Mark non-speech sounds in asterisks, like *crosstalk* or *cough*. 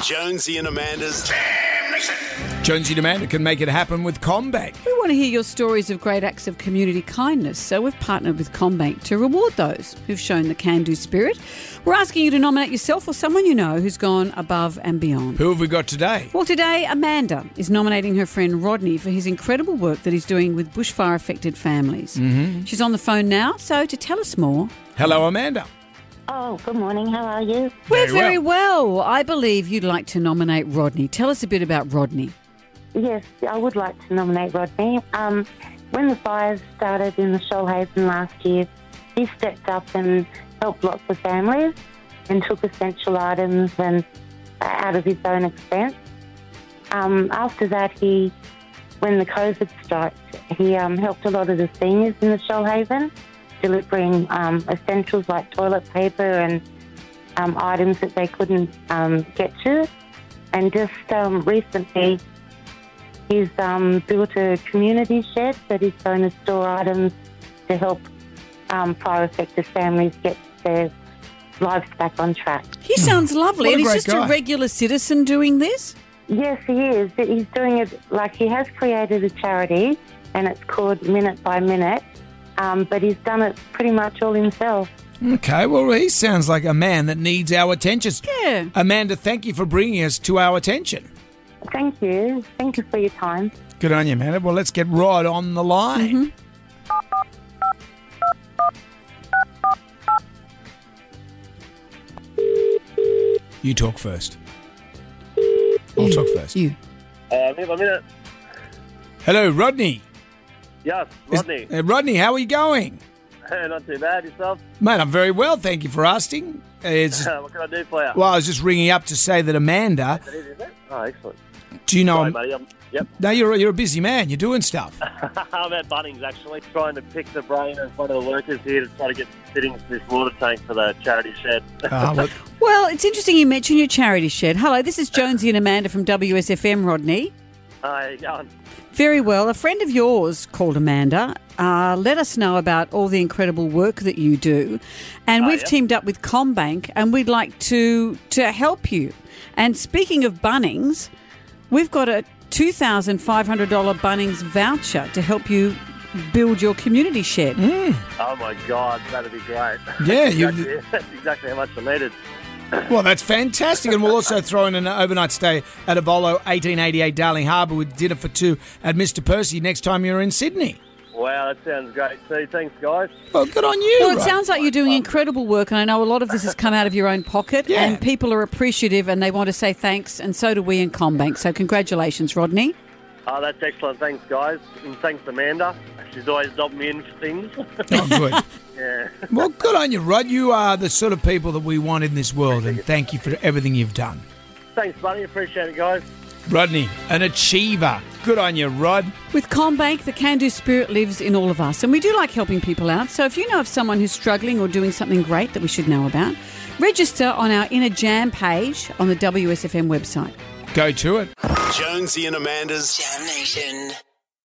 Jonesy and Amanda's Jonesy Demand can make it happen with Combank. We want to hear your stories of great acts of community kindness, so we've partnered with Combank to reward those who've shown the can do spirit. We're asking you to nominate yourself or someone you know who's gone above and beyond. Who have we got today? Well, today, Amanda is nominating her friend Rodney for his incredible work that he's doing with bushfire affected families. Mm-hmm. She's on the phone now, so to tell us more, Hello, Amanda. Oh, good morning. How are you? Very we're well. very well. I believe you'd like to nominate Rodney. Tell us a bit about Rodney. Yes, I would like to nominate Rodney. Um, when the fires started in the Shoalhaven last year, he stepped up and helped lots of families and took essential items and uh, out of his own expense. Um, after that, he, when the COVID struck, he um, helped a lot of the seniors in the Shoalhaven, delivering um, essentials like toilet paper and um, items that they couldn't um, get to. And just um, recently, He's um, built a community shed that is going to store items to help um, fire affected families get their lives back on track. He sounds lovely, Hmm. What a and great he's just guy. a regular citizen doing this. Yes, he is. He's doing it like he has created a charity and it's called Minute by Minute, um, but he's done it pretty much all himself. Okay, well, he sounds like a man that needs our attention. Yeah. Amanda, thank you for bringing us to our attention. Thank you. Thank you for your time. Good on you, Amanda. Well, let's get right on the line. You talk first. I'll talk first. You. Uh, minute by minute. Hello, Rodney. Yes, Is- *laughs* Rodney. uh, Rodney, how are you going? Not too bad. *laughs* Yourself? Mate, I'm very well. Thank you for asking. Uh, It's, what can I do for you? well, I was just ringing up to say that Amanda. That is, is it? Oh, excellent. Do you know? Sorry, buddy. I'm, yep. *laughs* No, you're you're a busy man. You're doing stuff. I'm at Bunnings, actually, trying to pick the brain of one of the workers here to try to get some fittings for this water tank for the charity shed. *laughs* Ah, well, Well, it's interesting you mentioned your charity shed. Hello, this is Jonesy and Amanda from WSFM, Rodney. Hi, you going? Very well. A friend of yours called Amanda uh, let us know about all the incredible work that you do. And Ah, we've yeah. teamed up with Combank and we'd like to, to help you. And speaking of Bunnings, we've got a $2,500 Bunnings voucher to help you build your community shed. Oh, my God. That'd be great. Yeah, you- exactly, *laughs* That's exactly how much I needed. well, that's fantastic. And we'll also throw in an overnight stay at Avolo 1888 Darling Harbour with dinner for two at Mr Percy next time you're in Sydney. Wow, that sounds great too. Thanks, guys. Well, good on you. Well, it Rod. sounds like you're doing incredible work, and I know a lot of this has come out of your own pocket, Yeah. and people are appreciative and they want to say thanks, and so do we in Combank. So, congratulations, Rodney. Oh, that's excellent. Thanks, guys. And thanks, Amanda. She's always dubbing me in for things. *laughs* oh, *laughs* good. yeah. Well, good on you, Rod. You are the sort of people that we want in this world, and thank you for everything you've done. Thanks, buddy. Appreciate it, guys. Rodney, an achiever. Good on you, Rod. With Combank, the can do spirit lives in all of us, and we do like helping people out. So, if you know of someone who's struggling or doing something great that we should know about, register on our Inner Jam page on the WSFM website. Go to it. Jonesy and Amanda's Jam Nation.